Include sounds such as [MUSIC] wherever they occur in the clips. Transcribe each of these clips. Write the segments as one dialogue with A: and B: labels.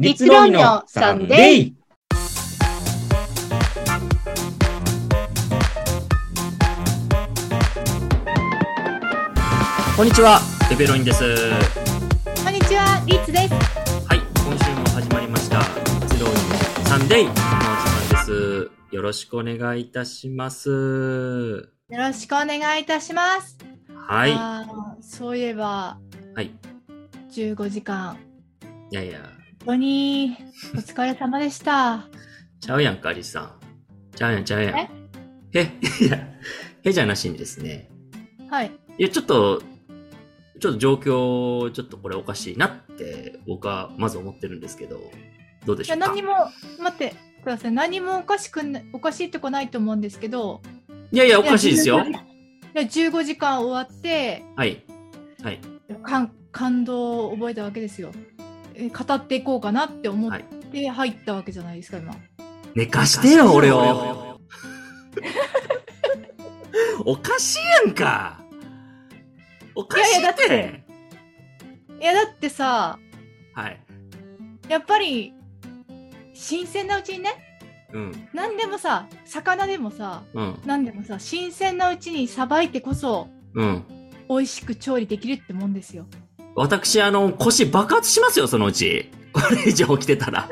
A: 立論のサンデー。
B: こんにちは、デベロインです。は
A: こんにちは、リッツです。
B: い、今週も始まりました。立論のサンデーのお時間です。よろしくお願いいたします。
A: よろしくお願いいたします。
B: はい、は
A: あーそういえば、
B: い、い
A: 15時間、
B: やいや、
A: 本当にお疲れ様でした。
B: ちゃうやんか、リスさん。ちゃうやん、ちゃうやん
A: え。
B: へ、いや、へじゃなしにですね。
A: はい。
B: いや、ちょっと、ちょっと状況、ちょっとこれおかしいなって、僕はまず思ってるんですけど、どうで
A: い
B: しょ
A: や、
B: うか。
A: 何も、待ってください。何もおかしくな、おかしいとこないと思うんですけど。
B: いやいや、お
A: お
B: かしいですよ。
A: や、15時間終わって、
B: はい。はい。
A: 感感動を覚えたわけですよ。え語っていこうかなって思って入ったわけじゃないですか、今。
B: 寝かしてよ、俺
A: [LAUGHS]
B: を。おかしいやんか。おかしい
A: いやいやだ
B: っ。
A: っていや、だってさ、
B: はい。
A: やっぱり、新鮮なうちにね、
B: うん。
A: 何でもさ、魚でもさ、
B: うん。
A: 何でもさ、新鮮なうちにさばいてこそ、
B: うん。
A: 美味しく調理できるってもんですよ。
B: 私、あの、腰爆発しますよ、そのうち。これ以上起きてたら。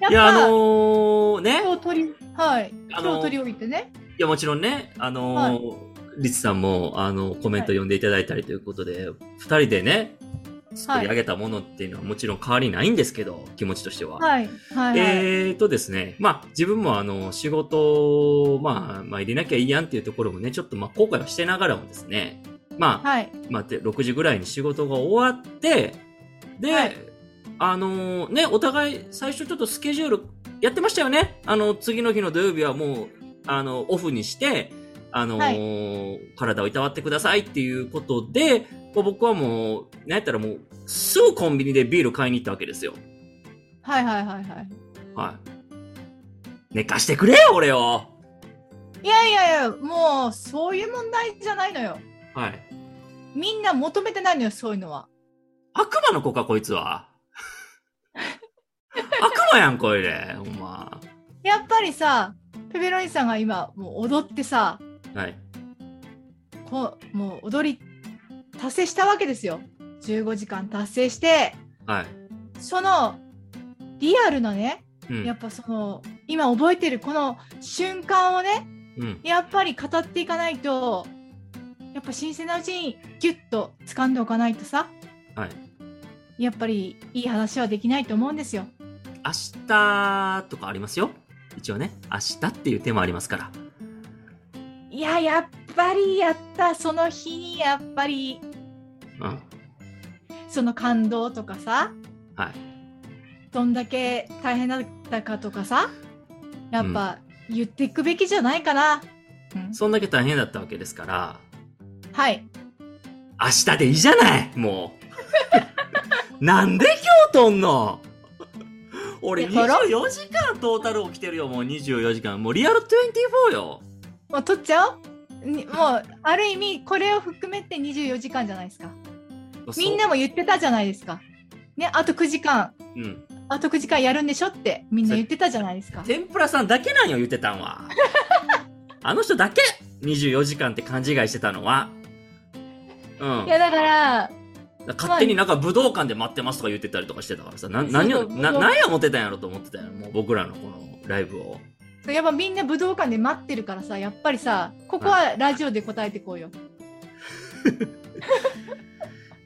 A: やっ
B: いや、あの
A: ぱ、
B: ー、ね。
A: 今日取り、はい、
B: あ
A: 今
B: の
A: 日取り置いてね。
B: いや、もちろんね、あのー
A: は
B: リツさんも、あの、コメント読んでいただいたりということで、二、人でね、作り上げたものっていうのはもちろん変わりないんですけど、気持ちとしては。
A: はい、はい、はい。
B: えーとですね、まあ、自分もあの、仕事を、まあ、まあ、入れなきゃいいやんっていうところもね、ちょっとまあ、後悔をしてながらもですね、まあ、
A: はい、
B: まあ、で6時ぐらいに仕事が終わって、で、
A: はい
B: あのーね、お互い最初ちょっとスケジュールやってましたよね。あの、次の日の土曜日はもう、あの、オフにして、あのー体をいたわってくださいっていうことで、もう僕はもう、なんやったらもう、すぐコンビニでビール買いに行ったわけですよ。
A: はい、はい、はい、はい。
B: はい。寝かしてくれよ、俺を
A: いやいやいや、もう、そういう問題じゃないのよ。
B: はい。
A: みんな求めてないのよ、そういうのは。
B: 悪魔の子か、こいつ
A: [LAUGHS]
B: は。悪魔やん、これ。ほんま。
A: やっぱりさ、ペペロニさんが今、もう踊ってさ、
B: はい。
A: こうもう踊り、達成したわけですよ。15時間達成して、
B: はい。
A: その、リアルなね、
B: うん。
A: やっぱその、今覚えてるこの瞬間をね、
B: うん。
A: やっぱり語っていかないと、やっぱ新鮮なうちにギュッと掴んでおかないとさ、
B: はい。
A: やっぱりいい話はできないと思うんですよ。
B: 明日とかありますよ。一応ね。明日っていう手もありますから。
A: いや、やっぱりやった、その日にやっぱり、
B: うん。
A: その感動とかさ、
B: はい。
A: どんだけ大変だったかとかさやっぱ言っていくべきじゃないかな、うん
B: そんだけ大変だったわけですから、
A: はい
B: 明日でいいじゃないもう。 [LAUGHS] なんで今日とんの俺
A: いや撮
B: 24時間トータル起きてるよ、もう24時間。もうリアル24よ。
A: もう取っちゃおうにもうある意味これを含めて24時間じゃないですかみんなも言ってたじゃないですかねあと9時間
B: そう、うん。
A: あと9時間やるんでしょってみんな言ってたじゃないですか
B: 天ぷらさんだけなんよ、言ってたん
A: [LAUGHS]
B: は。あの人だけ !24 時間って勘違いしてたのは。うん
A: い。やだから
B: 勝手になんか武道館で待ってますとか言ってたりとかしてたからさ、な、何
A: そ
B: を、
A: うそう武
B: な、
A: 道館
B: 何や思ってたんやろと思ってたんやろ、もう僕らのこのライブを。
A: やっぱみんな武道館で待ってるからさやっぱりさここはラジオで答えてこうよ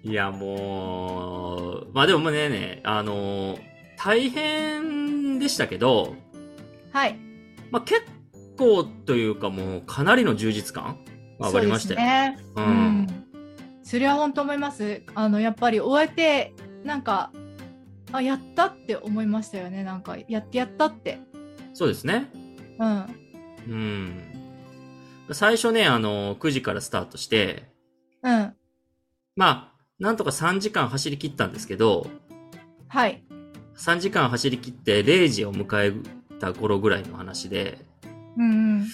B: いや、もう、まあでもね、ね、あのー大変でしたけど、
A: はい
B: まあ結構というかもうかなりの充実感上がりましたよ。
A: そうですね
B: う。
A: うんんそれは本当思います。あのやっぱり終えてなんかあやったって思いましたよね。なんかやってやったって。
B: そうですね。
A: うん
B: うん。最初ね、あのー9時からスタートして、
A: うん
B: まあ、なんとか3時間走り切ったんですけど、
A: はい
B: 3時間走り切って0時を迎えた頃ぐらいの話で、
A: うんうん。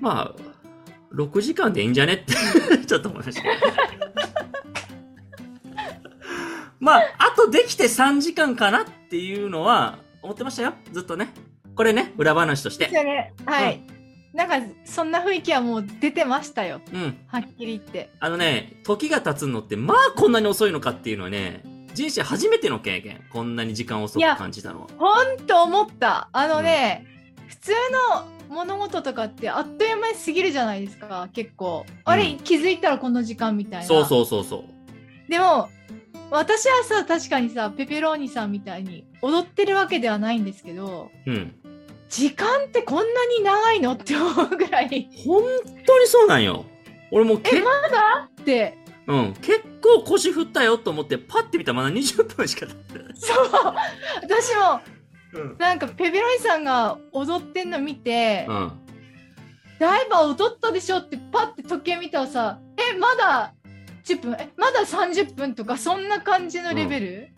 B: まあ、6時 [LAUGHS] 間でいいんじゃねって、ちょっと思いました。 [LAUGHS] まあ、あとできて3時間かなっていうのは思ってましたよ。ずっとね。これね、裏話とし
A: です
B: て。
A: よね。はい。なんか、そんな雰囲気はもう出てましたよ。
B: うん。
A: はっきり言って。
B: あのね、時が経つのって、まあこんなに遅いのかっていうのはね、人生初めての経験。こんなに時間遅く感じたのは。
A: と思った。あのね、普通の物事とかってあっという間に過ぎるじゃないですか、結構。あれ、
B: うん
A: 気づいたらこの時間みたいな。
B: そうそうそうそう。
A: でも、私はさ、確かにさ、ペペローニさんみたいに踊ってるわけではないんですけど、
B: うん。
A: 時間ってこんなに長いのって思うぐらい。
B: 本当にそうなんよ。俺もうけ
A: え、まだって。
B: [LAUGHS] うん、結構腰振ったよと思って、パッて見たらまだ20分しか経ってない。
A: そう。私も、
B: うん。
A: なんかペペロニさんが踊ってんの見て、
B: うん。
A: ダイバー踊ったでしょってパッて時計見たらさえまだ10分えまだ30分とかそんな感じのレベル、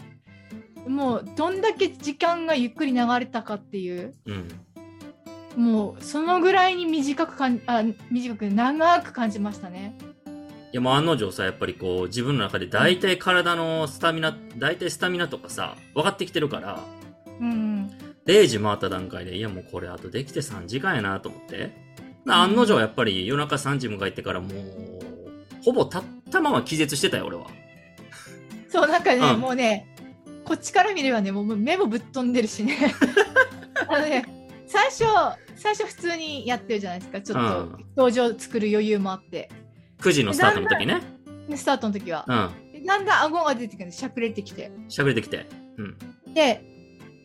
A: もうどんだけ時間がゆっくり流れたかっていう
B: うん。
A: もうそのぐらいに短くかんあ短く長く感じましたね
B: いやもう案の定さ、やっぱりこう、自分の中で大体体のスタミナ、大体スタミナとかさ、分かってきてるから、
A: うん
B: 0時回った段階で、いやもうこれあとできて3時間やなと思って。な案の定やっぱり夜中3時迎えてからもう、ほぼ立ったまま気絶してたよ、俺は。
A: そうなんかね、
B: うん
A: もうねこっちから見ればねもう目もぶっ飛んでる
B: [LAUGHS]
A: しねあのね最初最初普通にやってるじゃないですかちょっ
B: うん
A: と表情作る余裕もあって
B: 9時のスタートの時ね。
A: でスタートの時は
B: うん。
A: でだんだん顎が出てくるんでしゃくれてきて
B: 喋れてきて。うん。
A: で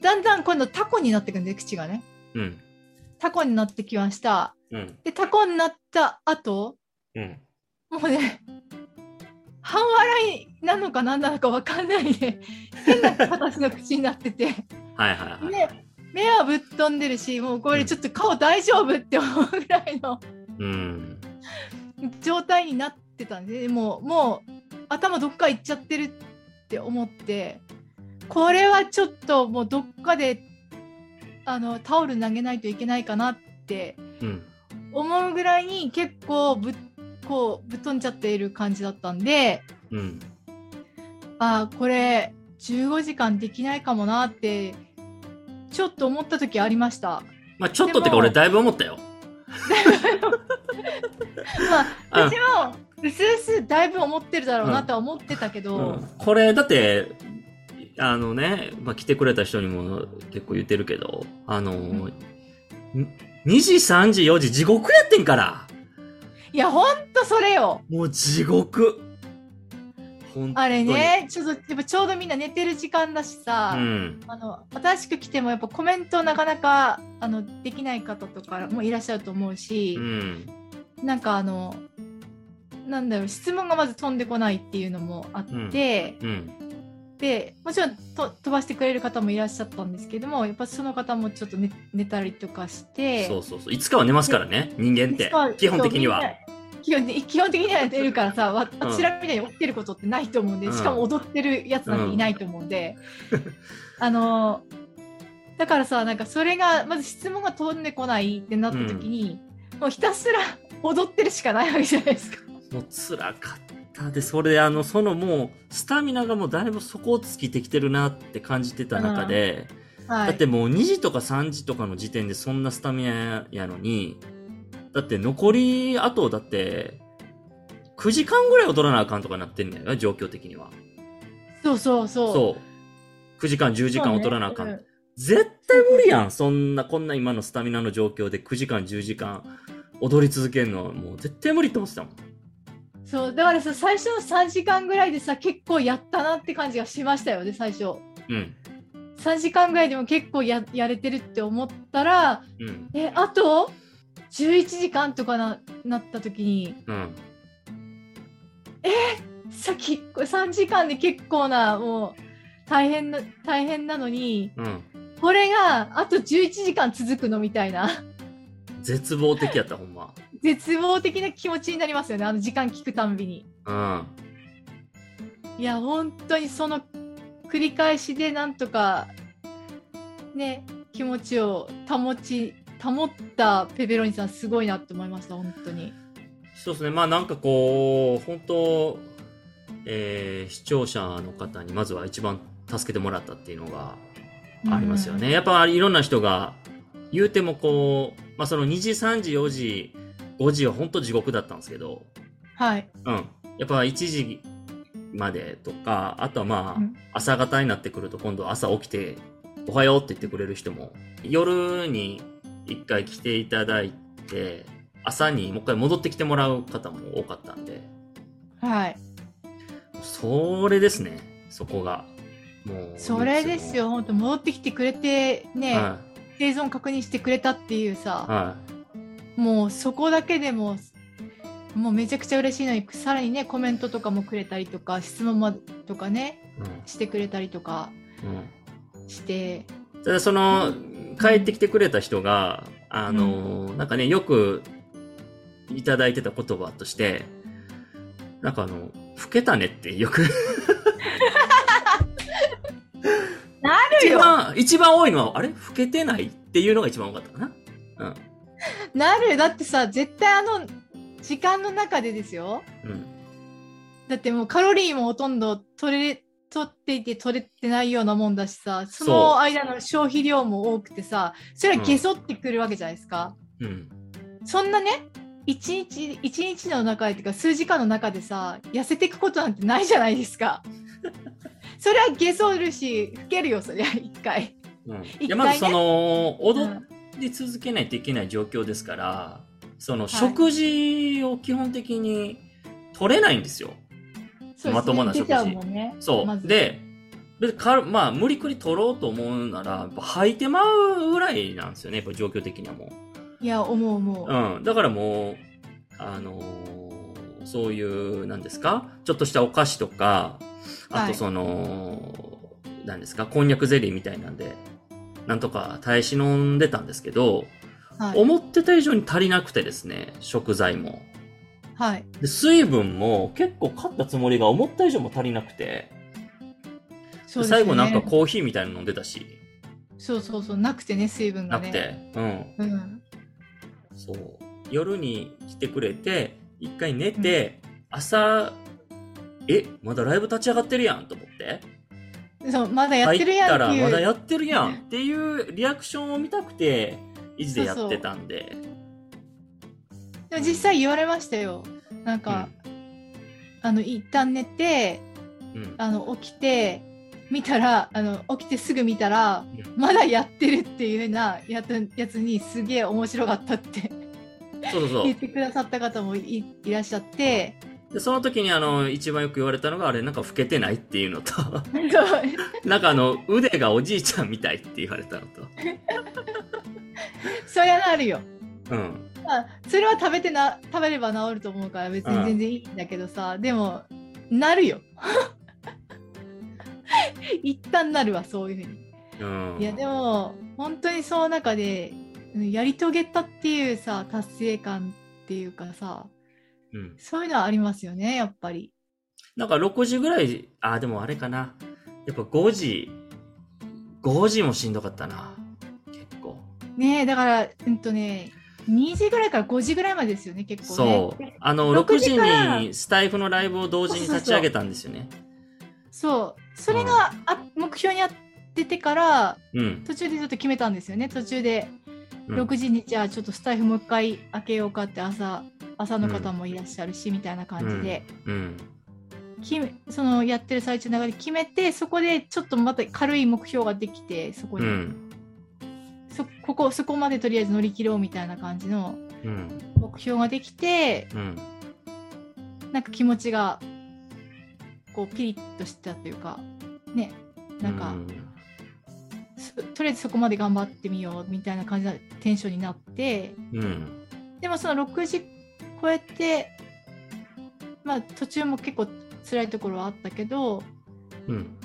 A: だんだん今度タコになってくるんで口がね
B: うん。
A: タコになってきました
B: うん。
A: でタコになった後
B: うん。
A: もうね半笑いなのか何なのか分かんないね変な形の口になってて
B: はいはいはい。
A: で目はぶっ飛んでるしもうこれちょっと顔大丈夫って思うぐらいの
B: うん。
A: 状態になってたんでもうもう頭どっか行っちゃってるって思ってこれはちょっともうどっかであのタオル投げないといけないかなって
B: うん。
A: 思うぐらいに結構ぶっこうぶっ飛んじゃっている感じだったんで
B: うん。
A: あーこれ15時間できないかもなってちょっと思った時ありました。
B: まあちょっとって
A: で
B: か
A: も
B: 俺だいぶ思ったよ。うん
A: まあ、私も、うすうすだいぶ思ってるだろうなとは思ってたけど、
B: うんこれだってあのね、まあ、来てくれた人にも結構言ってるけどあの、
A: ん
B: に2時3時4時地獄やってんから
A: いや、ほんとそれよ。
B: もう地獄本当に
A: あれね、ちょっと、やっぱちょうどみんな寝てる時間だし
B: う
A: さ、
B: ん
A: あの新しく来てもやっぱコメントなかなかあのできない方とかもいらっしゃると思うし
B: う、ん
A: なんかあの、なんだろう、質問がまず飛んでこないっていうのもあって、
B: うん
A: で、もちろんと飛ばしてくれる方もいらっしゃったんですけども、やっぱその方もちょっと寝寝たりとかして、
B: そうそうそういつかは寝ますからね人間って
A: そう
B: 基本的には
A: そう基本的基本的には出るからさ、わ
B: うん
A: 私らみたいに起きてることってないと思うんで、
B: うん
A: しかも踊ってるやつなんていないと思うんで、あのーだからさなんかそれがまず質問が飛んでこないってなった時に、もうひたすら踊ってるしかないわけじゃないですか。
B: もう辛かったでそれであのそのもうスタミナがもうだいぶ底をつきてきてるなって感じてた中で、
A: はい、
B: だってもう2時とか3時とかの時点でそんなスタミナやのに、だって残りあとだって、9時間ぐらい踊らなあかんとかなってんねんよ、状況的には。
A: そうそうそう。
B: そう。9時間、10時間
A: そうね
B: 踊らなあかん。
A: うん
B: 絶対無理やん。そんな、こんな今のスタミナの状況で9時間、10時間踊り続けるのはもう絶対無理って思ってたもん。
A: そうだからさ最初の3時間ぐらいでさ結構やったなって感じがしましたよね最初
B: うん。
A: 3時間ぐらいでも結構ややれてるって思ったら
B: うん。
A: えあと11時間とかななった時に
B: うん。
A: さっきこれ3時間で結構なもう大変な大変なのに
B: うん。
A: これがあと11時間続くのみたいな [LAUGHS]
B: 絶望的やった、ほんま。
A: 絶望的な気持ちになりますよねあの時間聞くたんびに
B: うん。
A: いや本当にその繰り返しでなんとかね気持ちを保ち保ったペペロニさんすごいなって思いました本当に
B: そうですね、まあなんかこう、本当、えー視聴者の方にまずは一番助けてもらったっていうのがありますよね。やっぱいろんな人が、言うてもこう、まあ、その2時、3時、4時、5時は本当地獄だったんですけど、
A: うん。はい。
B: うん。やっぱ1時までとか、あとはまあ
A: うん、
B: 朝方になってくると今度朝起きて、おはようって言ってくれる人も、夜に一回来ていただいて、朝にもう一回戻ってきてもらう方も多かったんで、
A: はい。
B: それですね、そこが。もう。
A: それですよ。本当戻ってきてくれてね、
B: は
A: 生存確認してくれたっていう
B: い。
A: さ、
B: はい。
A: もうそこだけでも、もうめちゃくちゃ嬉しいのに、さらにね、コメントとかもくれたりとか、質問まとかね、
B: う
A: してくれたりとか
B: ん。うん
A: して、
B: ただその、帰ってきてくれた人が、あの、なんかね、よくいただいてた言葉として、なんかあの、老けたねってよく
A: [LAUGHS] なる
B: 一
A: よ
B: 番、一番多いのは、あれ老けてないっていうのが一番多かったかな。
A: なるだってさ、絶対あの、時間の中でですよ。
B: うん。
A: だってもうカロリーもほとんど取れ、取っていて取れてないようなもんだしさ、
B: そ
A: そ
B: う
A: の間の消費量も多くてさ、それは
B: うん
A: げそってくるわけじゃないですか。
B: うん。
A: そんなね、一日、一日の中でっていうか数時間の中でさ、痩せていくことなんてないじゃないですか。 [LAUGHS] それはげそるし、老けるよ、そりゃ、一回。
B: うん。い
A: 一回ね
B: や、まずその、
A: う
B: 踊
A: ん
B: り続けないといけない状況ですから、その、食事を基本的に取れないんですよ。
A: そうですね
B: まともな食事
A: 出ちゃうもんね。
B: そう。
A: まず
B: で、別にか、まあ、無理くり取ろうと思うなら、やっぱ吐いてまうぐらいなんですよね、やっぱ状況的にはも
A: いや、思う思う。
B: う。うん。だからもう、あのーそういう、なんですかちょっとしたお菓子とか、あ
A: は
B: と
A: い
B: その、なんですかこんにゃくゼリーみたいなんで、なんとか耐え忍んでたんですけど、
A: はい。
B: 思ってた以上に足りなくてですね、食材も。
A: はい。
B: で水分も結構買ったつもりが思った以上も足りなくて、
A: そうですね
B: 最後なんかコーヒーみたいなの飲んでたし、
A: そうそうそう、なくてね、水分が
B: な
A: ね。
B: くて、うん。
A: うん。
B: そう。夜に来てくれて、一回寝て、朝、え、まだライブ立ち上がってるやんと思って。
A: そう、まだやってるやんって
B: 入
A: い
B: ったら
A: う。
B: まだやってるやんっていうリアクションを見たくて、維持でやってたんで。
A: でも実際言われましたよ。なんか、あの、一旦寝て、
B: うん。
A: あの、起きて、見たら、あの、起きてすぐ見たら
B: うん、
A: まだやってるっていうようなやつやつにすげえ面白かったって
B: そうそうそ
A: [LAUGHS] 言ってくださった方もいいらっしゃって、
B: う。で、その時にあの、一番よく言われたのが、あれなんか老けてないっていうのと、 [LAUGHS]
A: そう [LAUGHS]
B: なんかあの、腕がおじいちゃんみたいって言われたのと。
A: そりゃなるよ。
B: うん。
A: まあ、それは食べてな、食べれば治ると思うから別
B: うん
A: に全然いいんだけどさ、でも、なるよ。 [LAUGHS] 一旦なるわ、そういうふうに。
B: うん。
A: いやでも本当にその中でうんやり遂げたっていうさ達成感っていうかさ
B: うん。
A: そういうのはありますよねやっぱり
B: なんか6時ぐらい、あ、でもあれかな。やっぱ5時、5時もしんどかったな。結構。
A: ねえだからうんとね2時ぐらいから5時ぐらいまでですよね結構ね
B: そう。あの、6
A: 6
B: 時
A: 時から
B: にスタイフのライブを同時に立ち上げたんですよね。
A: そうそれがあ目標にあっててから
B: うん。
A: 途中でちょっと決めたんですよね途中で
B: うん
A: 6時にじゃあちょっとスタイフもう一回開けようかって朝朝の方もいらっしゃるし、みたいな感じで、
B: うん。
A: 決めそのやってる最中の中で決めてそこでちょっとまた軽い目標ができてそこ
B: う
A: に、
B: ん。
A: そここそこまでとりあえず乗り切ろうみたいな感じの
B: うん。
A: 目標ができて
B: うん。
A: なんか気持ちがこうピリッとしたというかねなんか、そとりあえずそこまで頑張ってみようみたいな感じのテンションになって
B: うん。うん。
A: でもその6時超えてまあ途中も結構辛いところはあったけど
B: うん。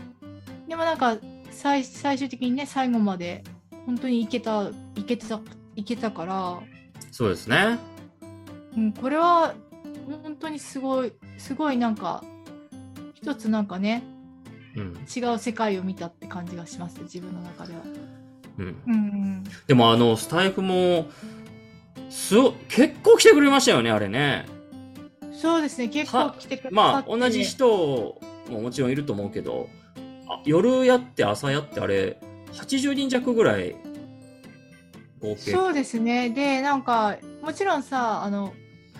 A: でもなんか最最終的にね最後まで本当にいけたいけたいけたから、
B: そうですね。
A: うん、これは本当にすごいすごいなんか一つなんかね
B: うん。
A: 違う世界を見たって感じがします自分の中では。
B: うん。
A: うん、
B: でもあの、スタイフも、すご、結構来てくれましたよね、あれね。
A: そうですね、結構来てくださって、
B: まあ、同じ人ももちろんいると思うけど、あ夜やって朝やってあれ、80人弱ぐらい、合計。
A: そうですね。で、なんか、もちろんさ、あの、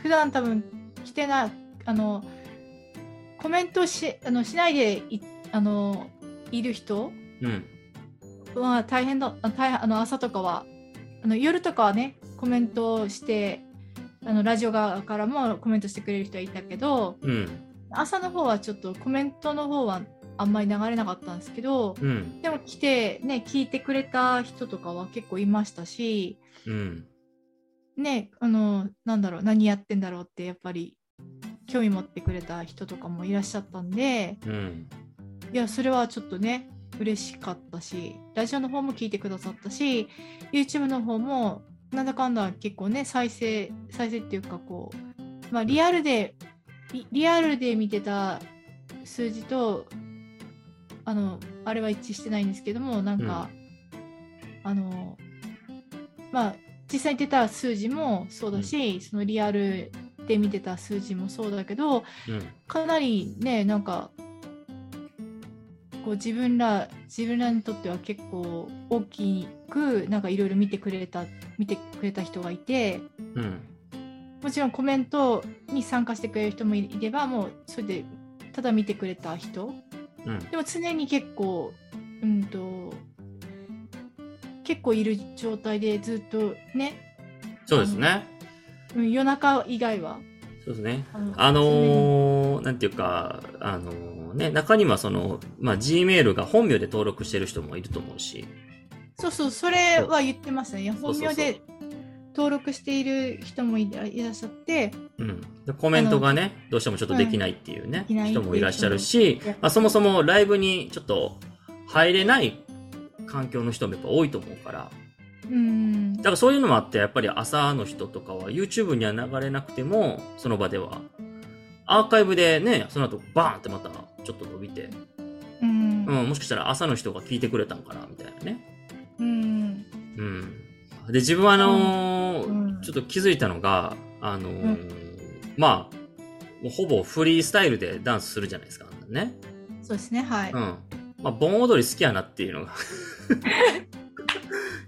A: 普段多分来てない、あの、コメントしあのしないでいあのいる人
B: うん。
A: は大変だ、あ大変あの朝とかは、あの夜とかはね、コメントをして、あのラジオ側からもコメントしてくれる人はいたけど、
B: うん。
A: 朝の方はちょっとコメントの方はあんまり流れなかったんですけど、
B: うん。
A: でも来てね、聞いてくれた人とかは結構いましたし、
B: うん。
A: ね、あの、なんだろう、何やってんだろうって、やっぱり興味持ってくれた人とかもいらっしゃったんで、
B: うん。
A: いや、それはちょっとね、嬉しかったし、ラジオの方も聞いてくださったし、YouTube の方も、なんだかんだ結構ね、再生、再生っていうか、こう、まあ、リアルで、リリアルで見てた数字と、あの、あれは一致してないんですけども、なんか、あの、まあ、実際に出た数字もそうだし、そのリアルで見てた数字もそうだけど、
B: うん。
A: かなりねなんかこう自分ら自分らにとっては結構大きくなんかいろいろ見てくれた見てくれた人がいて
B: うん。
A: もちろんコメントに参加してくれる人もいればもうそれでただ見てくれた人
B: うん。
A: でも常に結構うんと結構いる状態でずっとね
B: そうですね。
A: うん夜中以外は
B: そうですね。
A: あの
B: あのー、なんていうか、あのーね、中にはその、まあ、Gmail が本名で登録してる人もいると思うし、
A: そうそう、それは言ってましたね。
B: そう
A: 本
B: そうそう
A: 名で登録している人もいらいらっしゃって、
B: うん。でコメントがね、どうしてもちょっとできないっていうね、
A: うんできないって
B: 人
A: いう
B: もいらっしゃるし
A: 人も、
B: まあ、そもそもライブにちょっと入れない環境の人もやっぱ多いと思うから、
A: うん、
B: だからそういうのもあって、やっぱり朝の人とかは YouTube には流れなくても、その場では、アーカイブでね、その後バーンってまたちょっと伸びて、
A: うん、
B: うん、もしかしたら朝の人が聞いてくれたんかな、みたいなね。
A: うん、
B: うん。で、自分はあのー
A: うん
B: ちょっと気づいたのが、あのーまあ、もうほぼフリースタイルでダンスするじゃないですか、あんなね。
A: そうですね、はい。
B: うん。まあ、盆踊り好きやなっていうのが。 [LAUGHS]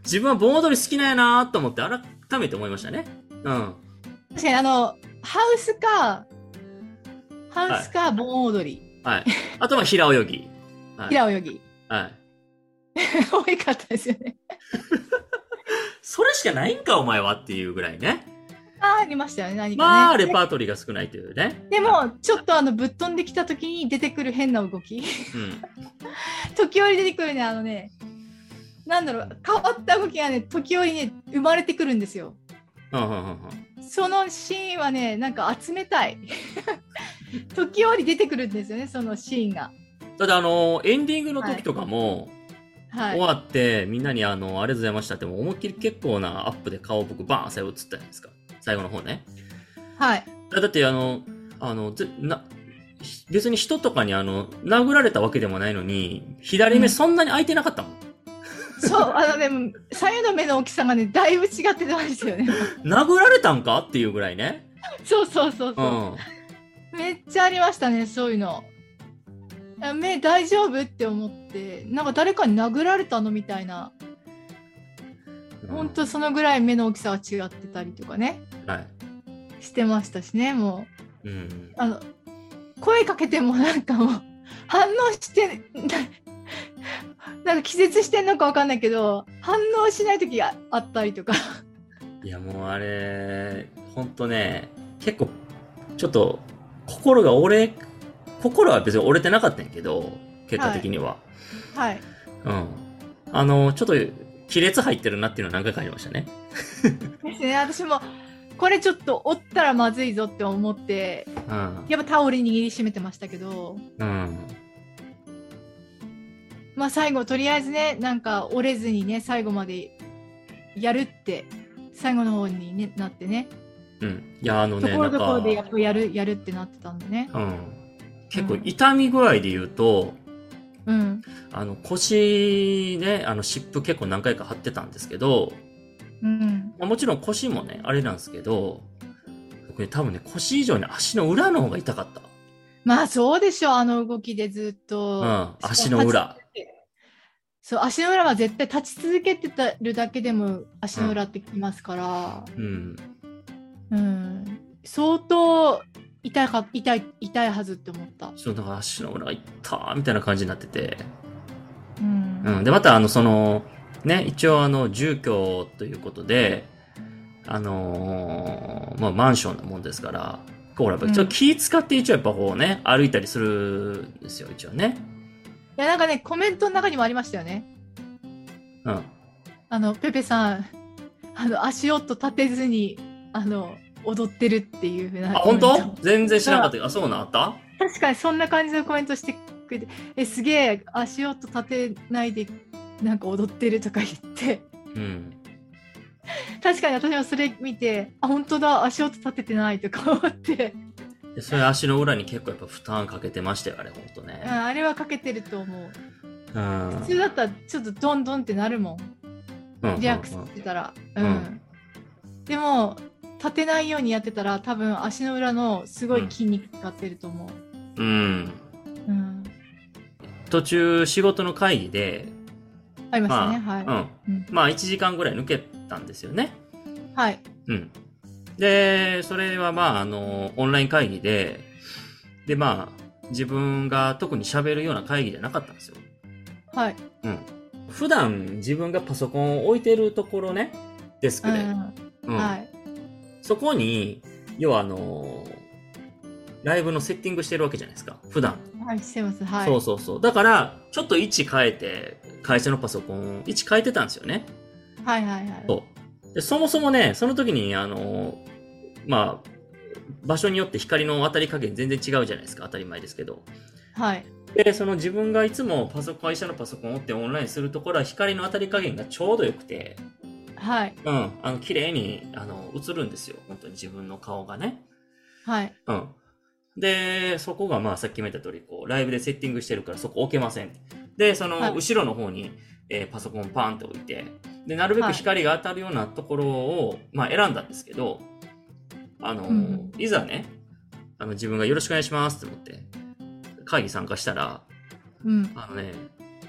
B: 自分は盆踊り好きなんやなと思って改めて思いましたね。うん。
A: 確かに、あの、ハウスか、ハウスか盆踊り、
B: はい。あとは平泳ぎ。はい。
A: 平泳ぎ、 [LAUGHS]
B: はい。
A: 多いかったですよね。
B: それしかないんか、お前はっていうぐらいね。
A: あーありましたよね、何
B: ま
A: か
B: あ、
A: ね。
B: レパートリーが少ないというね。
A: でも、ちょっとあの、ぶっ飛んできた時に出てくる変な動き。 [LAUGHS]
B: うん。
A: 時折出てくるね、あのね、なんだろう、変わった動きがね、時折ね、生まれてくるんですよ。
B: うん、うん、うんうん。
A: そのシーンはね、なんか集めたい。 [LAUGHS] 時折出てくるんですよね、そのシーンが。
B: ただ、あのーエンディングの時とかも、
A: はい
B: 終。わって、みんなにあの、ありがとうございましたって、もう思いっきり結構なアップで顔僕バーン最後映ったじゃないですか。最後の方ね。
A: はい。
B: だだってあの、あの、ぜな、ひ別に人とかにあの、殴られたわけでもないのに、左目そんなに開いてなかったもん。
A: そう、あの、でも、左右の目の大きさがね、だいぶ違ってたんですよね。 [LAUGHS]
B: 殴られたんかっていうぐらいね。
A: そうそうそう
B: う
A: そう、
B: ん。
A: めっちゃありましたね、そういうの。あ目大丈夫って思って、なんか誰かに殴られたのみたいな、 [LAUGHS] ほんとそのぐらい目の大きさは違ってたりとかね、
B: はい。
A: してましたしね、もう。
B: うん。
A: あの声かけてもなんかもう反応してななんか気絶してんのかわかんないけど反応しない時があったりとか
B: いや、もうあれ、ほんとね、結構、ちょっと、心が折れ、心は別に折れてなかったんやけど、結果的には。
A: はい
B: うん。あの、ちょっと、亀裂入ってるなっていうのは何回かありましたね。
A: ですね私もこれちょっと折ったらまずいぞって思って
B: うん。
A: やっぱタオル握りしめてましたけど
B: うん。
A: まあ最後とりあえずねなんか折れずにね最後までやるって最後の方に、ね、なってね
B: うん。いや、あの
A: と
B: ね、
A: こ
B: な
A: ろ
B: んか
A: どころでやっぱやるやるってなってたんでね
B: うん、結構痛み具合で言うと、
A: うん
B: あの腰ね、あの湿布結構何回か貼ってたんですけど、
A: うん
B: まあもちろん腰もね、あれなんですけど、僕ね、多分ね、腰以上に足の裏の方が痛かった。
A: まあそうでしょう、あの動きでずっと。
B: うん、足の裏。
A: そう、足の裏は絶対立ち続けてたるだけでも足の裏ってきますから、
B: うん。
A: うん、相当痛いか痛い痛いはずって思った。
B: そう、だから足の裏が痛ーみたいな感じになってて。
A: うん。
B: うん。で、また、あの、その、ね、一応、あの、住居ということで、あのーまあ、マンションなもんですから、こう、ほらやっぱ、ちょっと気使って一応、やっぱこうね、歩いたりするんですよ、一応ね。
A: いや、なんかね、コメントの中にもありましたよね。
B: うん。
A: あの、ペペさん、 [LAUGHS] あの、足音立てずに、あの、踊ってるっていうふうな
B: あ、
A: コメ
B: 本
A: ント。
B: 当全然知らなかったけど、あ、そうなんあった
A: 確かにそんな感じのコメントしてくれて、え、すげえ、足音立てないで、なんか踊ってるとか言って、
B: うん。
A: 確かに私もそれ見て、あ、本当だ、足音立ててないとか [LAUGHS] 思って、
B: でそれ足の裏に結構やっぱ負担かけてましたよ、あれ、ほんと
A: うん
B: ね。
A: あれはかけてると思う。
B: うん。
A: 普通だったらちょっとドンドンってなるも
B: うん
A: ん、リラックスしてたら。
B: うん
A: うん。でも、立てないようにやってたら、多分足の裏のすごい筋肉使ってると思う。
B: うん。
A: うん。
B: 途中、仕事の会議で、
A: ありました
B: ま
A: ね、
B: あ、
A: は
B: うん。まあ、1時間ぐらい抜けたんですよね。
A: い。はい。
B: うん。で、それはまあ、あの、オンライン会議で、で、まあ、自分が特に喋るような会議じゃなかったんですよ。
A: はい。
B: うん。普段、自分がパソコンを置いてるところね、デス
A: う
B: クで。
A: ん。
B: うん
A: はい。
B: そこに、要はあのーライブのセッティングしてるわけじゃないですか、普段。
A: はい、してます。はい。
B: そうそうそう。だから、ちょっと位置変えて、会社のパソコン、位置変えてたんですよね。
A: はいはいはい。
B: そう。で、そもそもね、その時に、あのーまあ、場所によって光の当たり加減全然違うじゃないですか、当たり前ですけど。
A: はい。
B: で、その自分がいつもパソコン、会社のパソコンを持ってオンラインするところは光の当たり加減がちょうど良くて、
A: はい。
B: うん、あの、綺麗に、あの、映るんですよ。本当に自分の顔がね。
A: はい。
B: うん。で、そこがまあさっきも言った通り、こう、ライブでセッティングしてるからそこ置けません。で、そ
A: は
B: の
A: い
B: 後ろの方に、えーパソコンパンって置いて、で、なるべ
A: は
B: く
A: い
B: 光が当たるようなところを、まあ選んだんですけど、あのー
A: うん
B: いざね、あの自分がよろしくお願いしますって思って、会議参加したら、
A: うん。
B: あのね、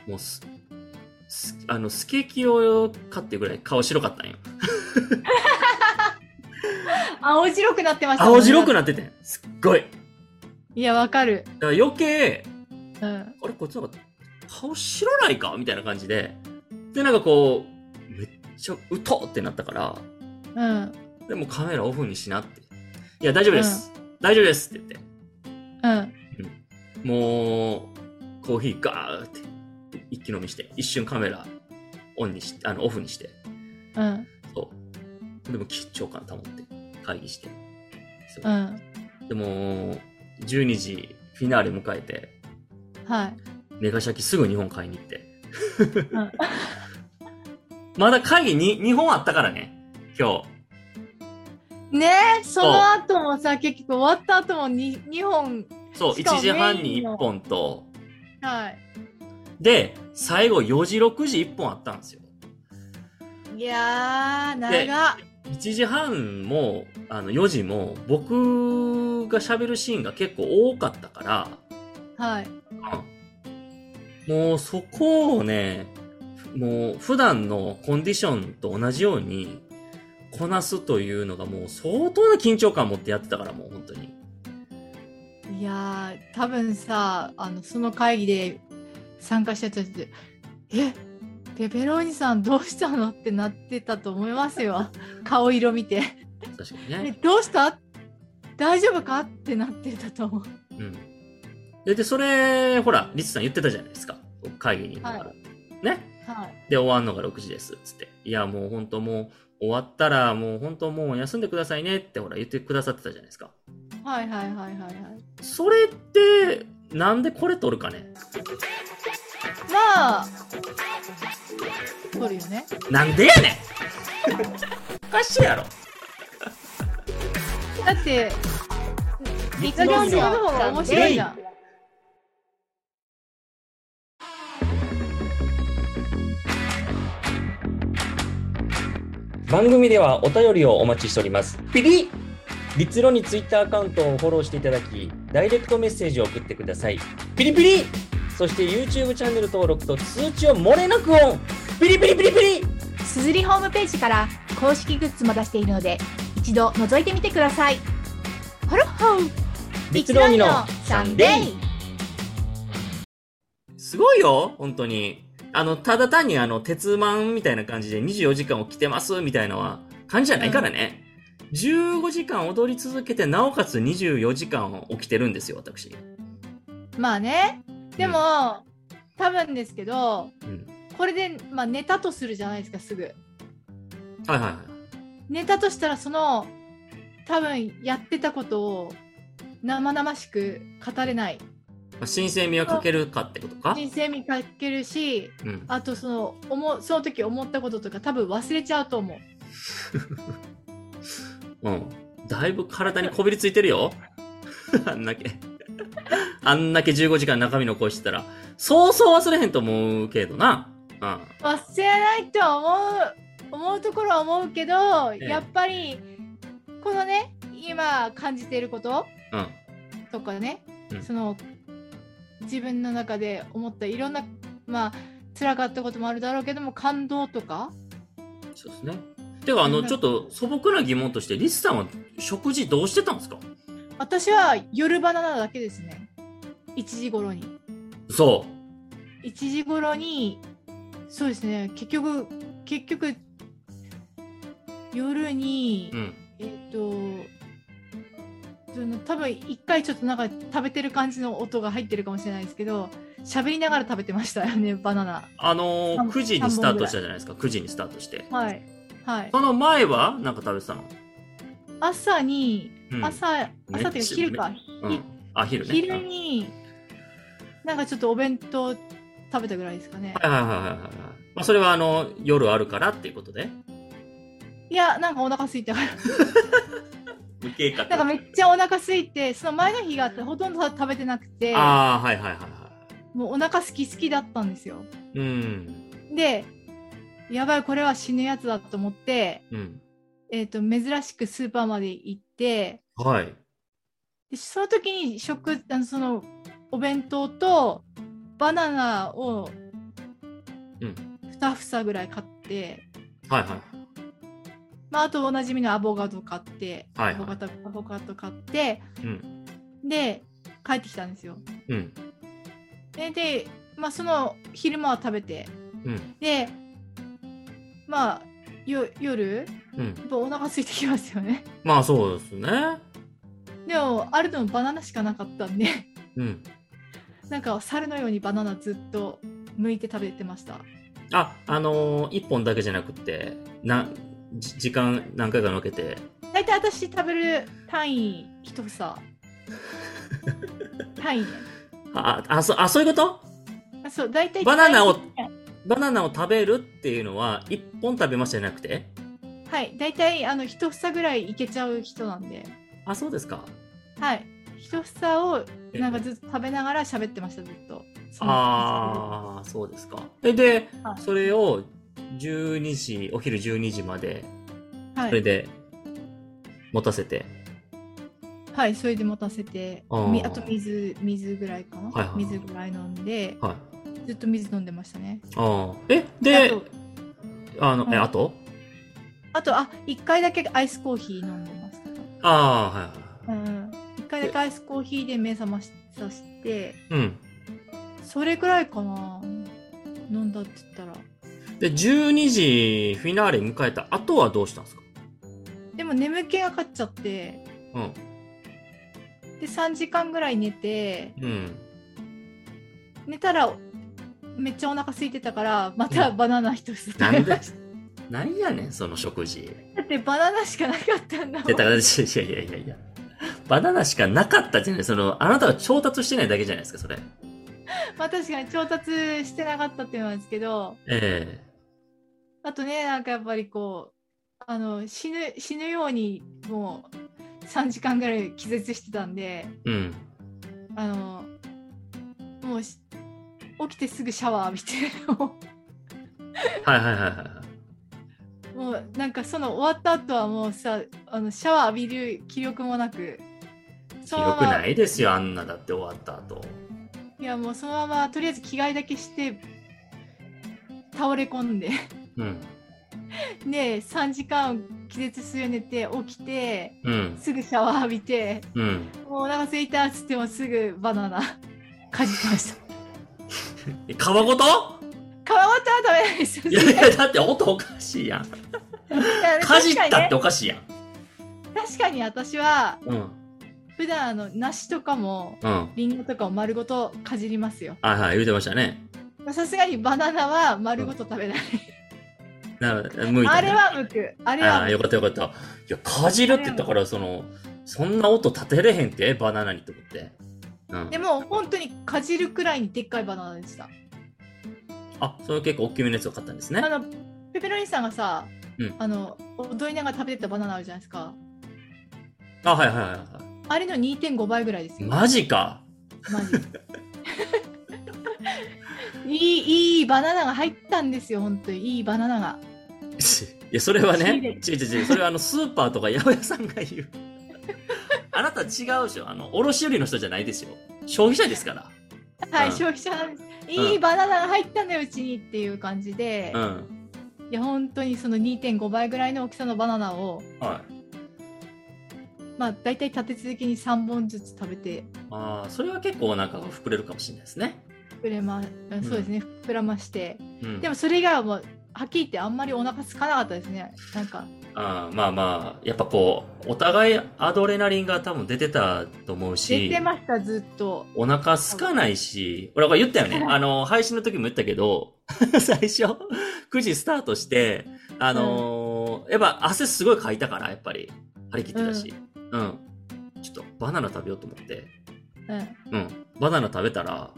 B: もうす、すあの、スケキヨかっていうぐらい顔白かったんよ。
A: 青白くなってましたもんね。
B: 青白くなっててん。すっごい。だ
A: いや、わかる。
B: から余計、
A: うん。
B: あれこっちなんか顔白ないかみたいな感じで。で、なんかこう、めっちゃ、うとってなったから、
A: うん。
B: でもカメラオフにしなって。いや、大丈夫です。大丈夫ですって
A: うん。
B: 言って。もう、コーヒーガーって一気飲みして、一瞬カメラオンにし、あの、オフにして。
A: うん。
B: そう。でも緊張感保って、会議して。そう
A: うん。
B: でも、12時、フィナーレ迎えて、
A: はい。
B: メガシャキすぐ日本買いに行って
A: うん。
B: まだ会議に2本あったからね、今
A: ねえ、その後もさ、結局終わった後もに2本、
B: 日。そう、
A: しかも
B: 1時半
A: メイ
B: に
A: ンの
B: 1本と、
A: は
B: で、最後4時6時1本あったんですよ。
A: い。いやー、長っ。
B: 1時半も、あの4時も、僕が喋るシーンが結構多かったから、
A: はい。
B: もうそこをね、もう普段のコンディションと同じようにこなすというのがもう相当な緊張感を持ってやってたからもう本当に。
A: いやー、多分さ、あの、その会議で参加してた人たち、えペペローニさんどうしたのってなってたと思います [LAUGHS] よ。顔色見て。
B: 確かに
A: え
B: ね。
A: どうした大丈夫かってなってたと思う。
B: うん。で、で、それ、ほら、リツさん言ってたじゃないですか。会議にいながら。
A: は
B: ね。
A: はい。
B: で、終わんのが6時です。つって。いや、もう本当もう終わったらもう本当もう休んでくださいねってほら言ってくださってたじゃないですか。
A: はいはいはいはいはい。
B: それって、なんでこれ取るかね。
A: まあ、取るよね。
B: なんでやねん [LAUGHS] おかしいやろ。
A: だって、一番自分の方が面白いじゃん。
B: 番組ではお便りをお待ちしております。ピリ立論にツイッターアカウントをフォローしていただき、ダイレクトメッセージを送ってください。ピリピリそして YouTube チャンネル登録と通知を漏れなくオンピリピリピリピリ
C: すずりホームページから公式グッズも出しているので一度覗いてみてくださいハロッホー
B: 立論にのサンデーすごいよ本当に。あの、ただ単にあの、鉄マンみたいな感じで24時間を着てますみたいなのは感じじゃないからね。15時間踊り続けて、なおかつ24時間を起きてるんですよ、私。
A: まあねでも、多分ですけど
B: うん。
A: これで、まあ、寝たとするじゃないですかすぐ
B: はいはいはい。
A: 寝たとしたらその多分やってたことを生々しく語れない
B: まあ新鮮味はかけるかってことか。
A: 人生見かけるし
B: うん。
A: あとその思うその時思ったこととか多分忘れちゃうと思う
B: うん。だいぶ体にこびりついてるよ。 [LAUGHS] あんだけ。 [LAUGHS] あんだけ15時間中身の声してたら、そうそう忘れへんと思うけどな。うん。
A: 忘れないとは思う思うところは思うけど、
B: ええ
A: やっぱりこのね今感じていること
B: うん。
A: とかね、
B: うん
A: その自分の中で思ったいろんなまあ辛かったこともあるだろうけども感動とか
B: そうですね。てか、あの、
A: なんだ
B: ちょっと素朴な疑問として、リスさんは食事どうしてたんですか
A: 私は夜バナナだけですね1時頃に
B: そ
A: 1時頃にそうですね結局結局夜に、
B: う。うん。
A: えっ、とその多分一回ちょっとなんか食べてる感じの音が入ってるかもしれないですけど喋りながら食べてましたよねバナナ
B: あのー、
A: 三
B: 9時にスタートしたじゃないですか。9時にスタートして。
A: はいはい
B: その前はなんか食べてたの、
A: 朝に
B: うん、
A: 朝、
B: めっちゃ
A: 朝っていうか昼か、
B: うん。あ、昼ね。
A: ひ昼になんかちょっとお弁当食べたぐらいですかね
B: うんはいはいはいはいはい。まあ、それはあの、夜あるからっていうことで。
A: いやなんかお腹空いた
B: [LAUGHS]
A: から
B: 無計画。
A: なんかめっちゃお腹空いてその前の日があってほとんど食べてなくて
B: ああ、はいはいはいは
A: もうお腹すきすきだったんですよ
B: い。うん。
A: でやばいこれは死ぬやつだと思って
B: うん。
A: えー、と珍しくスーパーまで行って
B: はい。
A: でその時に食あのそのお弁当とバナナを
B: うん
A: 2房ぐらい買って、
B: はいはい。
A: まあ、あとおなじみのアボカド買って、
B: はいはい
A: アボカドアボカド買って
B: うん。
A: で帰ってきたんですよ。
B: うん。
A: でで、まあ、その昼間は食べて
B: うん。
A: でまあよ夜
B: うん。
A: やっぱお腹空いてきますよね。
B: まあそうですね。
A: でもあるのもバナナしかなかったんで。
B: うん。
A: なんか猿のようにバナナずっと剥いて食べてました。
B: あ、あのー、1本だけじゃなくて、な、じ時間何回か分けて。
A: 大体私食べる単位
B: [LAUGHS]
A: 一房。単位ね。
B: あ、あ、そあそういうこと
A: あそう、大体
B: バナナを
A: 単
B: バナナを食べるっていうのは、1本食べましたじゃなくて
A: 位はい、大体あの一房ぐらいいけちゃう人なんで、
B: あ、そうですか。
A: はい。一房をなんかずっと食べながら喋ってました、ずっと。その
B: ああ、そうですか。え、で
A: は、い
B: それを12時、お昼12時まで、
A: は
B: それ
A: い、
B: で、持たせて。
A: はい、それで持たせて、
B: あー
A: みあと水、水ぐらいか
B: は
A: な、
B: いはいはい
A: 水ぐらい飲んで、
B: はい。
A: ずっと水飲んでましたね。
B: ああ。え、で
A: あと、
B: あの、え、
A: うん
B: あと
A: あと、あ、一回だけアイスコーヒー飲んでました。
B: ああ、はいは
A: うん一回だけアイスコーヒーで目覚ましさして
B: い。うん。
A: それくらいかな飲んだって言ったら
B: で、12時フィナーレ迎えた後はどうしたんですか
A: でも眠気が勝っちゃって
B: うん。
A: で3時間ぐらい寝て
B: うん。
A: 寝たらめっちゃお腹空いてたからまたバナナ一つ
B: なんで
A: だ [LAUGHS] っ
B: 何やねん、その食事。
A: てバナナしかなかったんだもん
B: で、だから、いやいやいやいや。バナナしかなかったじゃない。その、あなたは調達してないだけじゃないですか、それ。
A: まあ確かに調達してなかったっていうのなんですけど
B: え
A: あとねなんかやっぱりこうあの死ぬ死ぬようにもう3時間ぐらい気絶してたんで
B: えうん。
A: あのもうし起きてすぐシャワー浴びて [LAUGHS] も
B: はいはいはいはい。
A: うもうなんかその終わった後はもうさあのシャワー浴びる気力もなくその
B: よ
A: ま
B: く
A: ま
B: ないですよ、あんなだって終わった後。
A: いやもうそのままとりあえず着替えだけして倒れ込んで [LAUGHS]
B: うん。
A: で3時間気絶するように寝て起きて
B: うん。
A: すぐシャワー浴びて
B: うん。
A: もうお腹空いたっつってもすぐバナナ
B: [LAUGHS]
A: かじってました
B: え皮ごと
A: [LAUGHS] 皮ごとは食べないですよ
B: いやいや、だって音おかしいやん。かじったって
A: 確か
B: おかしいやん。
A: にね確かに私は
B: うん。
A: 普段あの梨とかも
B: うん。
A: リンゴとかを丸ごとかじりますよ
B: はいはい、言うてましたね。
A: さすがにバナナは丸ごと食べない、
B: な向いて、ね。
A: あれは剥くあれ
B: あ
A: は
B: あ、よかったよかった。いや、かじるって言ったから、その、そんな音立てれへんって、バナナにと思って。うん
A: で。も本当にかじるくらいにでっかいバナナでした
B: あ、それ結構大きめのやつを買ったんですね。
A: あのペペロニさんがさ、
B: うん
A: あの踊りながら食べてたバナナあるじゃないですか
B: あ、はいはいはいは
A: あれの2.5倍ぐらいです
B: い。
A: よ、
B: マジか。
A: マジ [LAUGHS] いいいいバナナが入ったんですよ本当にいいバナナが
B: いや、それはね、違
A: 仕
B: う違う違う、それはあの、スーパーとか八百屋さんが言う。あなた違うでしょ。あの、卸売の人じゃないですよ。消費者ですから。
A: はい、
B: うん
A: 消費者なんですいいバナナが入ったんだようちにっていう感じで、
B: うん。
A: いや本当にその2.5倍ぐらいの大きさのバナナを
B: はい。
A: まあ大体立て続けに3本ずつ食べて
B: ああ、それは結構なんか膨れるかもしれないですね。
A: 膨れまそうですね、膨らまして
B: うん。
A: でもそれ以外はもうはっきり言ってあんまりお腹空かなかったですねなんか
B: あーまあまあ、やっぱこう、お互いアドレナリンが多分出てたと思うし。
A: 出てましたずっと
B: お腹空かないし、俺は言ったよね。あの、配信の時も言ったけど、 [LAUGHS] 最初、9時スタートして、あのーやっぱ汗すごいかいたから、やっぱり、張り切ってたし、うん、ちょっとバナナ食べようと思って、
A: うん [LAUGHS]
B: うん。バナナ食べたら、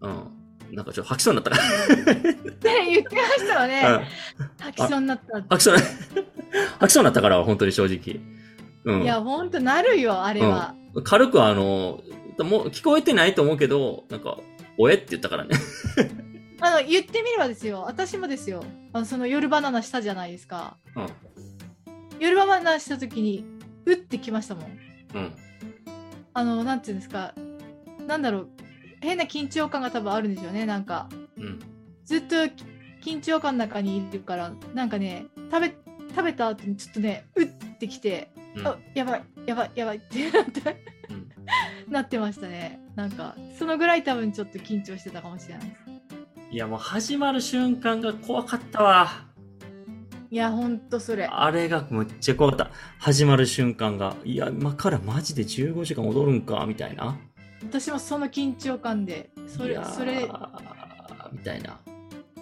B: うん。なんかちょっと吐きそうになったか
A: って言ってましたよ
B: ら、う
A: ね
B: ん。
A: 吐きそうになったって
B: 吐きそうな、 [LAUGHS] 吐きそうになったから、本当に正直。うん。
A: いやほんとなるよあれは、
B: 軽くあの、もう聞こえてないと思うけど、なんか、おえって言ったからね。
A: あの言ってみればですよ私もですよあのその夜バナナしたじゃないですか
B: うん。
A: 夜バナナした時にうってきましたもん
B: うん。
A: あのなんていうんですかなんだろう変な緊張感が多分あるんですよねなんか
B: うん。
A: ずっとき緊張感の中にいるからなんかね食べ食べた後にちょっとねうってきて、
B: うん
A: あやばいやばいやばいってなって
B: うん
A: なってましたねなんかそのぐらい多分ちょっと緊張してたかもしれないです
B: いやもう始まる瞬間が怖かったわ。
A: いやほんとそれ
B: あれがむっちゃ怖かった。始まる瞬間が。いや、今からマジで15時間踊るんか、みたいな。
A: 私もその緊張感でそ
B: い
A: れ
B: やー
A: それ
B: みたいな。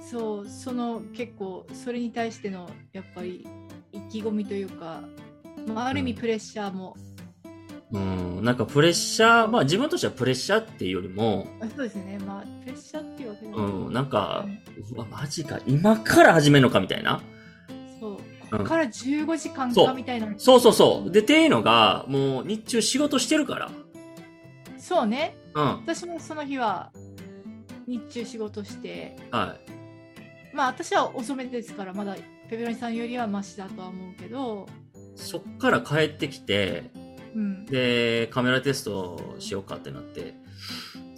A: そうその結構それに対してのやっぱり意気込みというか、まあ、ある意味
B: うん
A: プレッシャーも、
B: うん、なんかプレッシャー、まあ自分としてはプレッシャーっていうよりも、
A: あそうですねまあプレッシャーっていうわけで
B: う
A: も、
B: ん、なんか、うわ、マジか、今から始めるのか、みたいな。
A: そうこっから15時間
B: そ
A: か
B: う
A: みたいな
B: そうそうそう。で、っていうのが、もう日中仕事してるから。
A: そうね
B: うん、
A: 私もその日は日中仕事して
B: は
A: まあ私は遅めですからまだペペロニさんよりはマシだとは思うけど
B: い。そっから帰ってきて、
A: うん
B: で、カメラテストしようかってなって、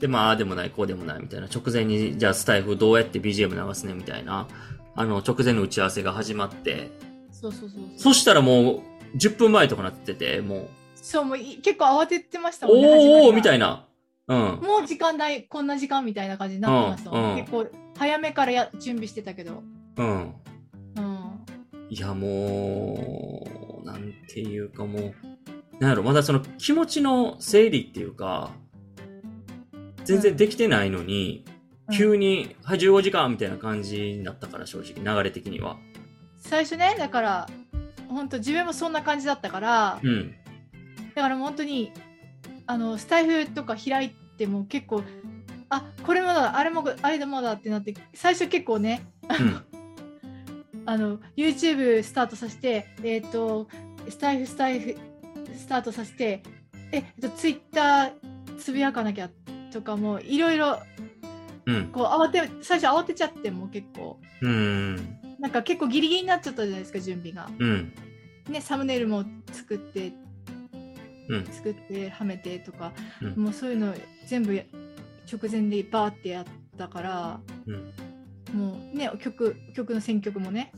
B: で、まあ、ああでもない、こうでもないみたいな、直前に、じゃあスタイフどうやって BGM 流すねみたいな、あの、直前の打ち合わせが始まって、
A: そうそうそう
B: そ
A: そう
B: したらもう、10分前とかなってて、も
A: そうもうい結構慌ててまし
B: う、
A: たもんね始ま
B: おー
A: り
B: お
A: が
B: ーみたいな。うん。
A: もう時間だいこんな時間みたいな感じになってましたもん、
B: うんうん
A: 結構早めからや準備してたけど
B: うん。
A: うん
B: いや、もう、なんていうかもう、なんやろ、まだその気持ちの整理っていうか、全然できてないのに、急
A: に
B: に、はい、15時間みたいな感じになったから、正直、流れ的には。
A: 最初ねだから本当自分もそんな感じだったから、
B: うん。
A: だからもう本当にあのスタイフとか開いても結構あこれもだあれもあれでもだってなって最初結構ね
B: うん。
A: あの YouTube スタートさせてえっ、とスタイフスタイフスタートさせてえっと Twitter つぶやかなきゃとかもいろいろ
B: うん。
A: こう慌て最初慌てちゃってもう結構
B: うん。
A: なんか結構ギリギリになっちゃったじゃないですか準備が
B: うん。
A: ね、サムネイルも作って、
B: うん
A: 作ってはめてとか、
B: うん
A: もうそういうの全部や直前でバーってやったから、
B: うん
A: もうね曲曲の選曲もね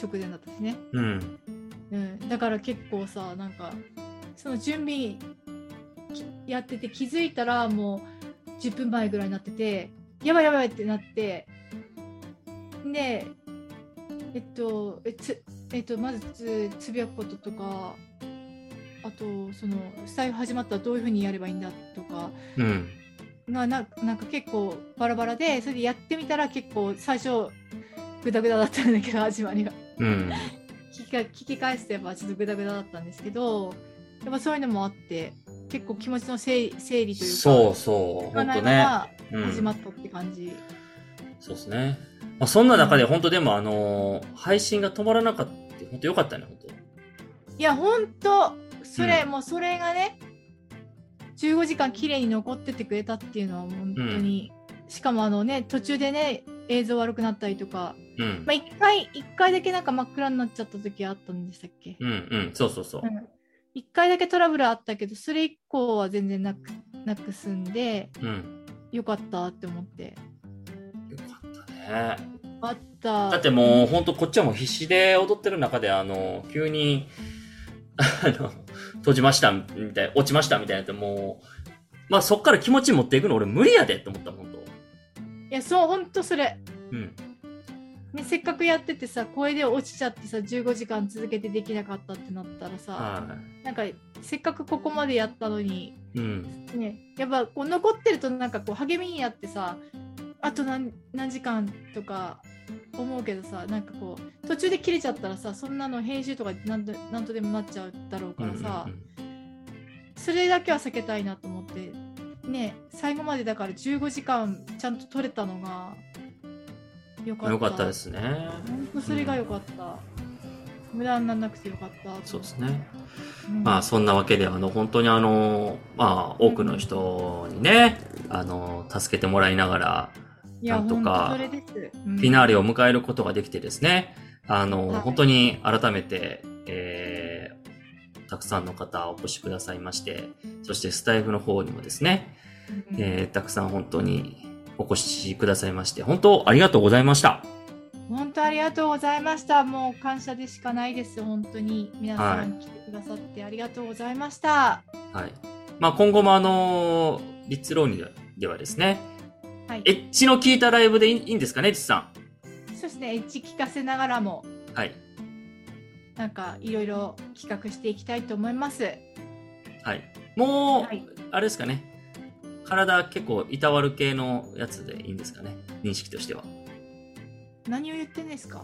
A: 直前だったしね、
B: うん。
A: うん、だから結構さなんかその準備きやってて気づいたらもう10分前ぐらいになっててやばいやばいってなってでえっとえつ、えっと、まずつつぶやくこととかあとそのスタイル始まったらどういうふうにやればいいんだとか
B: うん。
A: がななんか結構バラバラでそれでやってみたら結構最初グダグダだったんだけど始まりが。
B: うん。
A: 聞きか聞き返すとやっぱちょっとグダグダだったんですけどやっぱそういうのもあって結構気持ちの整理整理というか
B: そうそう。
A: まあ
B: 本
A: な
B: 当
A: ん
B: ね。
A: か
B: うん
A: 始まったって感じ、
B: そうですね。まあ、そんな中で本当でも、あのー配信が止まらなかった。本当よかったね、本
A: いやほんとそれ、
B: う
A: もうそれがね15時間綺麗に残っててくれたっていうのは本当に、しかもあのね途中でね映像悪くなったりとか、
B: 当。うん
A: ま。あ、1回一回だけなんか真っ暗になっちゃった時あったんでしたっけ、
B: うんうん。そうそうそう。
A: 一1回だけトラブルあったけどそれ以降は全然なくなくすんで
B: うん。
A: よかったって思って
B: よかったね。
A: あった。
B: だってもう本当こっちはもう必死で踊ってる中で、あのー急に、 [LAUGHS] あの、閉じました、みたいな、落ちました、みたいなって、もう、まあそっから気持ち持っていくの俺無理やでって思った、本当
A: いや、そう、ほんとそれ。
B: うん。
A: ね、せっかくやっててさ、声で落ちちゃってさ、15時間続けてできなかったってなったらさ、
B: は
A: なんか、せっかくここまでやったのに、
B: い。うん。
A: ね、やっぱこう残ってるとなんかこう励みになってさ、あと何何時間とか思うけどさ、なんかこう、途中で切れちゃったらさ、そんなの編集とかなんとなんとでもなっちゃうだろうからさ、
B: うんうん
A: それだけは避けたいなと思ってね最後までだから15時間ちゃんと取れたのがよかっ
B: うん
A: た
B: よかったですね。
A: 本当それがよかった、無駄にならなくてよかった
B: そうですね。
A: うん
B: まあそんなわけで、あの、本当にあの、まあ多くの人にね、あの、助けてもらいながら、
A: いや
B: なんとか
A: 本当それです、うん
B: フィナーレを迎えることができてですね、あの、
A: はい
B: 本当に改めて、えー、たくさんの方お越しくださいまして、そしてスタイフの方にもですね、
A: うん
B: えー、たくさん本当にお越しくださいまして、本当ありがとうございました。
A: 本当ありがとうございましたもう感謝でしかないです本当に皆さん来てくださってありがとうございました、
B: はい。まあ今後もあの、リッツローニではですね、
A: はい
B: エッジの効いたライブでいいいいんですかね、エッジさ
A: そしてエッジ聞かせながらも
B: ん。はい。
A: なんかいろいろ企画していきたいと思います
B: はい。もう、
A: はい
B: あれですかね。体結構いたわる系のやつでいいんですかね。認識としては。
A: 何を言ってんですか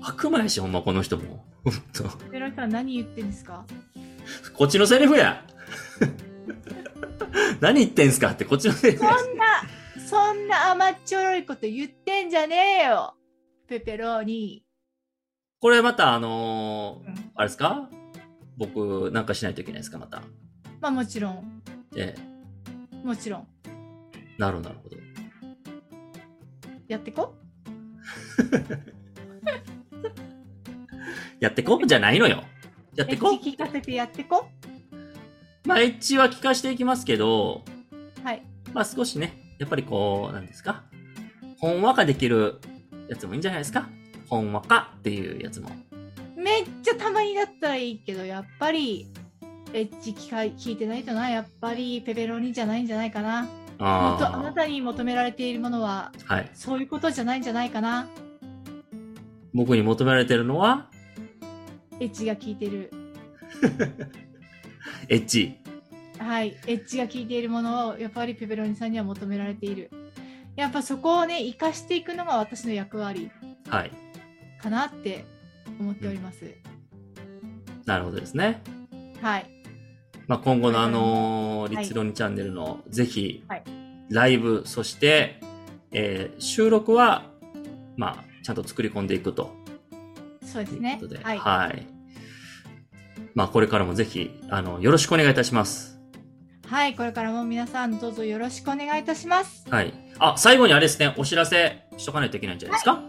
B: 悪魔やし、ほんまこの人も。 [LAUGHS] ほんと。
A: ペロさん何言ってんですか
B: こっちのセリフや [LAUGHS] 何言ってんすかってこっちのセリフ
A: そ
B: や。
A: んな、そんな甘っちょろいこと言ってんじゃねえよ、ペペローニ。
B: これまたあのー
A: うん
B: あれですか僕なんかしないといけないですかまた。
A: まあもちろん、
B: え
A: もちろん。
B: え。なるほどなるほど。
A: やってこ
B: やってこうじゃないのよ。やってこ
A: エッジ聞かせてやってこ
B: うまあ、エッジは聞かしていきますけど、
A: はい。
B: まあ少しね、やっぱりこう、なんですか。ほんわかできるやつもいいんじゃないですか。ほんわかっていうやつも。
A: めっちゃたまにだったらいいけど、やっぱり、エッジ聞か聞いてないとな、やっぱりペペローニじゃないんじゃないかな。もっとあな
B: あ
A: たに求められているものは、
B: あ。はい。
A: そういうことじゃないんじゃないかな。
B: 僕に求められてるのは、
A: エッジが聞いてる。
B: エッジ。
A: はい、エッジが効いているものをやっぱりペペロニさんには求められている。やっぱそこをね生かしていくのが私の役割
B: はい。
A: かなって思っております。
B: なるほどですね。
A: はい、
B: まあ、今後のあのー
A: はい
B: リツロニチャンネルの、ぜひ
A: はい、
B: ライブ、そして、えー収録は、まあ、ちゃんと作り込んでいくと
A: そうで
B: い
A: す
B: う
A: ね
B: ことで、。
A: はい、
B: はい。まあ、これからもぜひ、あの、よろしくお願いいたします。
A: はい、これからも皆さんどうぞよろしくお願いいたします。
B: はい。あ、最後にあれですね、お知らせしとかないといけないんじゃないですか、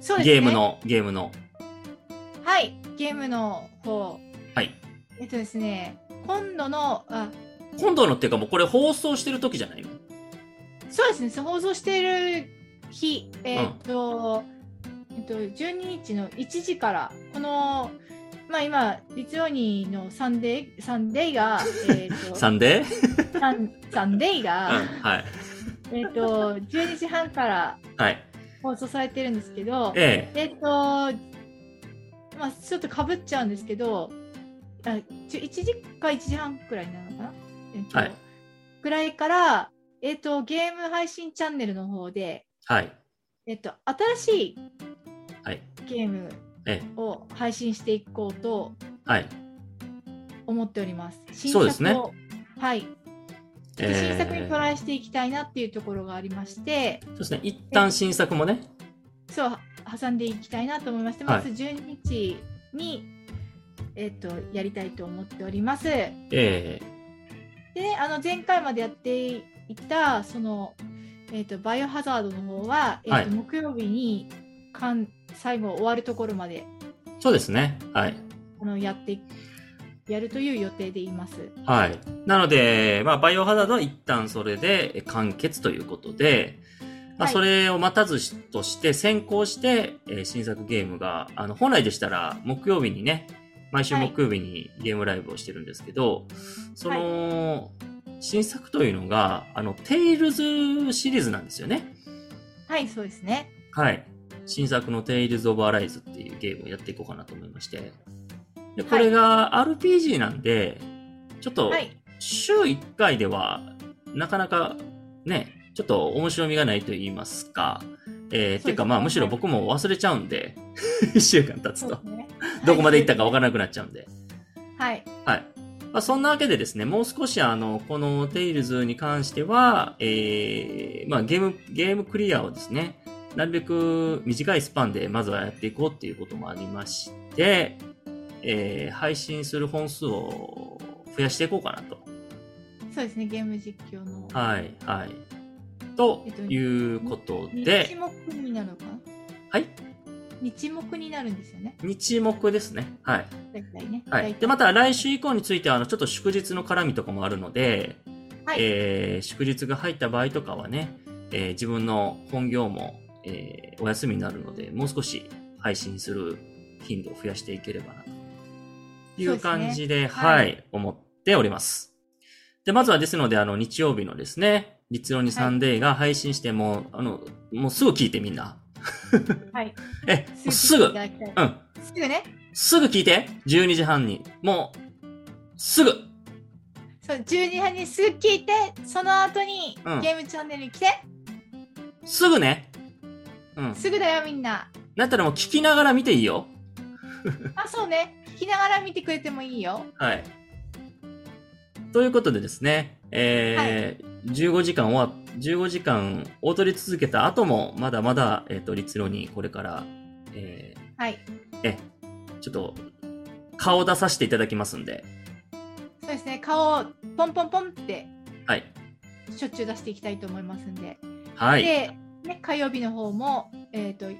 A: そうですね。
B: ゲームの、ゲームの。
A: はい、ゲームの方。
B: はい。
A: えっとですね、今度の、あ、
B: 今度のっていうかもうこれ放送してる時じゃないよ。
A: そうですね、放送している日、えっと、えっと、12日の1時から、この、まあ今、リツオニーのサンデー、サンデーが、え
B: [LAUGHS]
A: っと、
B: サ
A: サン
B: ンデー
A: サンデー
B: うん。
A: が、
B: はい。
A: えっと、12時半から
B: はい。
A: 放送されてるんですけど、
B: え
A: えっと、まあ、ちょっとかぶっちゃうんですけど、あちょ1時か1時半くらいになるのかな、えっと
B: はい
A: くらいから、えっと、ゲーム配信チャンネルの方で、
B: え。はい。
A: えっと、新しい
B: はい。
A: ゲーム
B: ええ。
A: を配信していこうと
B: はい。
A: 思っております。新
B: そうですね
A: をはい、で新作にトライしていきたいなっていうところがありまして、
B: そうですね。一旦新作もね。
A: そう挟んでいきたいなと思いまして、
B: はい
A: まず12日に、えっと、やりたいと思っております。で、
B: え
A: あの前回までやっていたその、えっと、バイオハザードの方は、えっと
B: はい
A: 木曜日に完最後終わるところまで
B: え。そうですね。はい。
A: あのやってやるという予定でいます。
B: はい。なので、まあ、バイオハザードは一旦それでえ完結ということで、まあ、
A: はい
B: それを待たずしとして、先行して、えー新作ゲームが、あの、本来でしたら、木曜日にね、毎週
A: はい
B: 木曜日にゲームライブをしてるんですけど、その、新作というのが、あの、テイルズシリーズなんですよね。
A: はい、そうですね。
B: はい。新作の Tales of Arise っていうゲームをやっていこうかなと思いまして。で、これが RPG なんで、ちょっと
A: はい、
B: 週1回では、なかなかね、ちょっと面白みがないと言いますか、えー、
A: す
B: てかまあむしろ僕も忘れちゃうん
A: [LAUGHS]
B: で、1週間経つ
A: そうで
B: と
A: す、ね。
B: [LAUGHS] どこまで行ったかわからなくなっちゃうんで。
A: はい、
B: はい。まあ、そんなわけでですね、もう少しあの、この Tales に関しては、えー、まあゲーム、ゲームクリアをですね、なるべく短いスパンでまずはやっていこうっていうこともありまして、えー、配信する本数を増やしていこうかなと。
A: そうですね。ゲーム実況の
B: はい、はい。と
A: えっと
B: いうこと
A: 日
B: で、
A: 目になるのかな。
B: はい。
A: 日目になるんですよね。
B: 日目ですね。はい。
A: 大体ね。
B: はい。で、また来週以降については、あの、ちょっと祝日の絡みとかもあるので、
A: はい
B: えー祝日が入った場合とかはね、えー自分の本業も、えーお休みになるので、もう少し配信する頻度を増やしていければな、という感じで、は
A: はい
B: い、思っております。で、まずはですので、あの、日曜日のですね、立論にサンデーが配信して、もう、あの、もうすぐ聞いてみんな。
A: はい。
B: [LAUGHS] え、もうすぐ、
A: いた
B: う
A: だきたい
B: ん、
A: すぐね。
B: すぐ聞いて !12 時半に。もう、すぐ
A: そう、12時半にすぐ聞いて、その後に
B: うん
A: ゲームチャンネルに来て、
B: すぐねうん。
A: すぐだよみんな。
B: だったらもう聞きながら見ていいよ。
A: あ、そうね。聞きながら見てくれてもいいよ。
B: はい。ということでですね、えー15時間終わ、15時間大取り続けた後も、まだまだ、えっ、と、立論にこれから、え
A: はい。
B: ーえ、ちょっと、顔出させていただきますんで、
A: そうですね。顔をポンポンポンって
B: はい。
A: しょっちゅう出していきたいと思いますんで。
B: はい。
A: で、ね、火曜日の方も、えっ、と、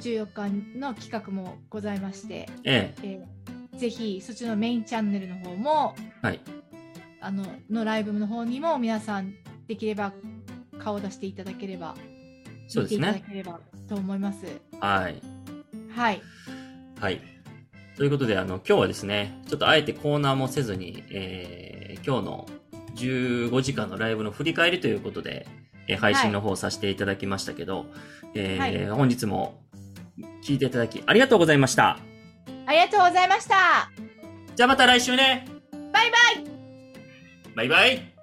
A: 14日の企画もございまして、
B: え
A: えーぜひそっちのメインチャンネルの方も
B: ーはい。
A: あののライブの方にも皆さんできれば顔を出していただければ
B: そうです
A: 見てい
B: ね。
A: ただければと思います
B: はい。
A: はい
B: はい。ということで、あの、今日はですね、ちょっとあえてコーナーもせずに、えー今日の15時間のライブの振り返りということで、えー配信の方をさせていただきましたけど、えー本日も聞いていただきありがとうございました。
A: ありがとうございました
B: じゃあまた来週ね
A: バイバイ
B: バイバイ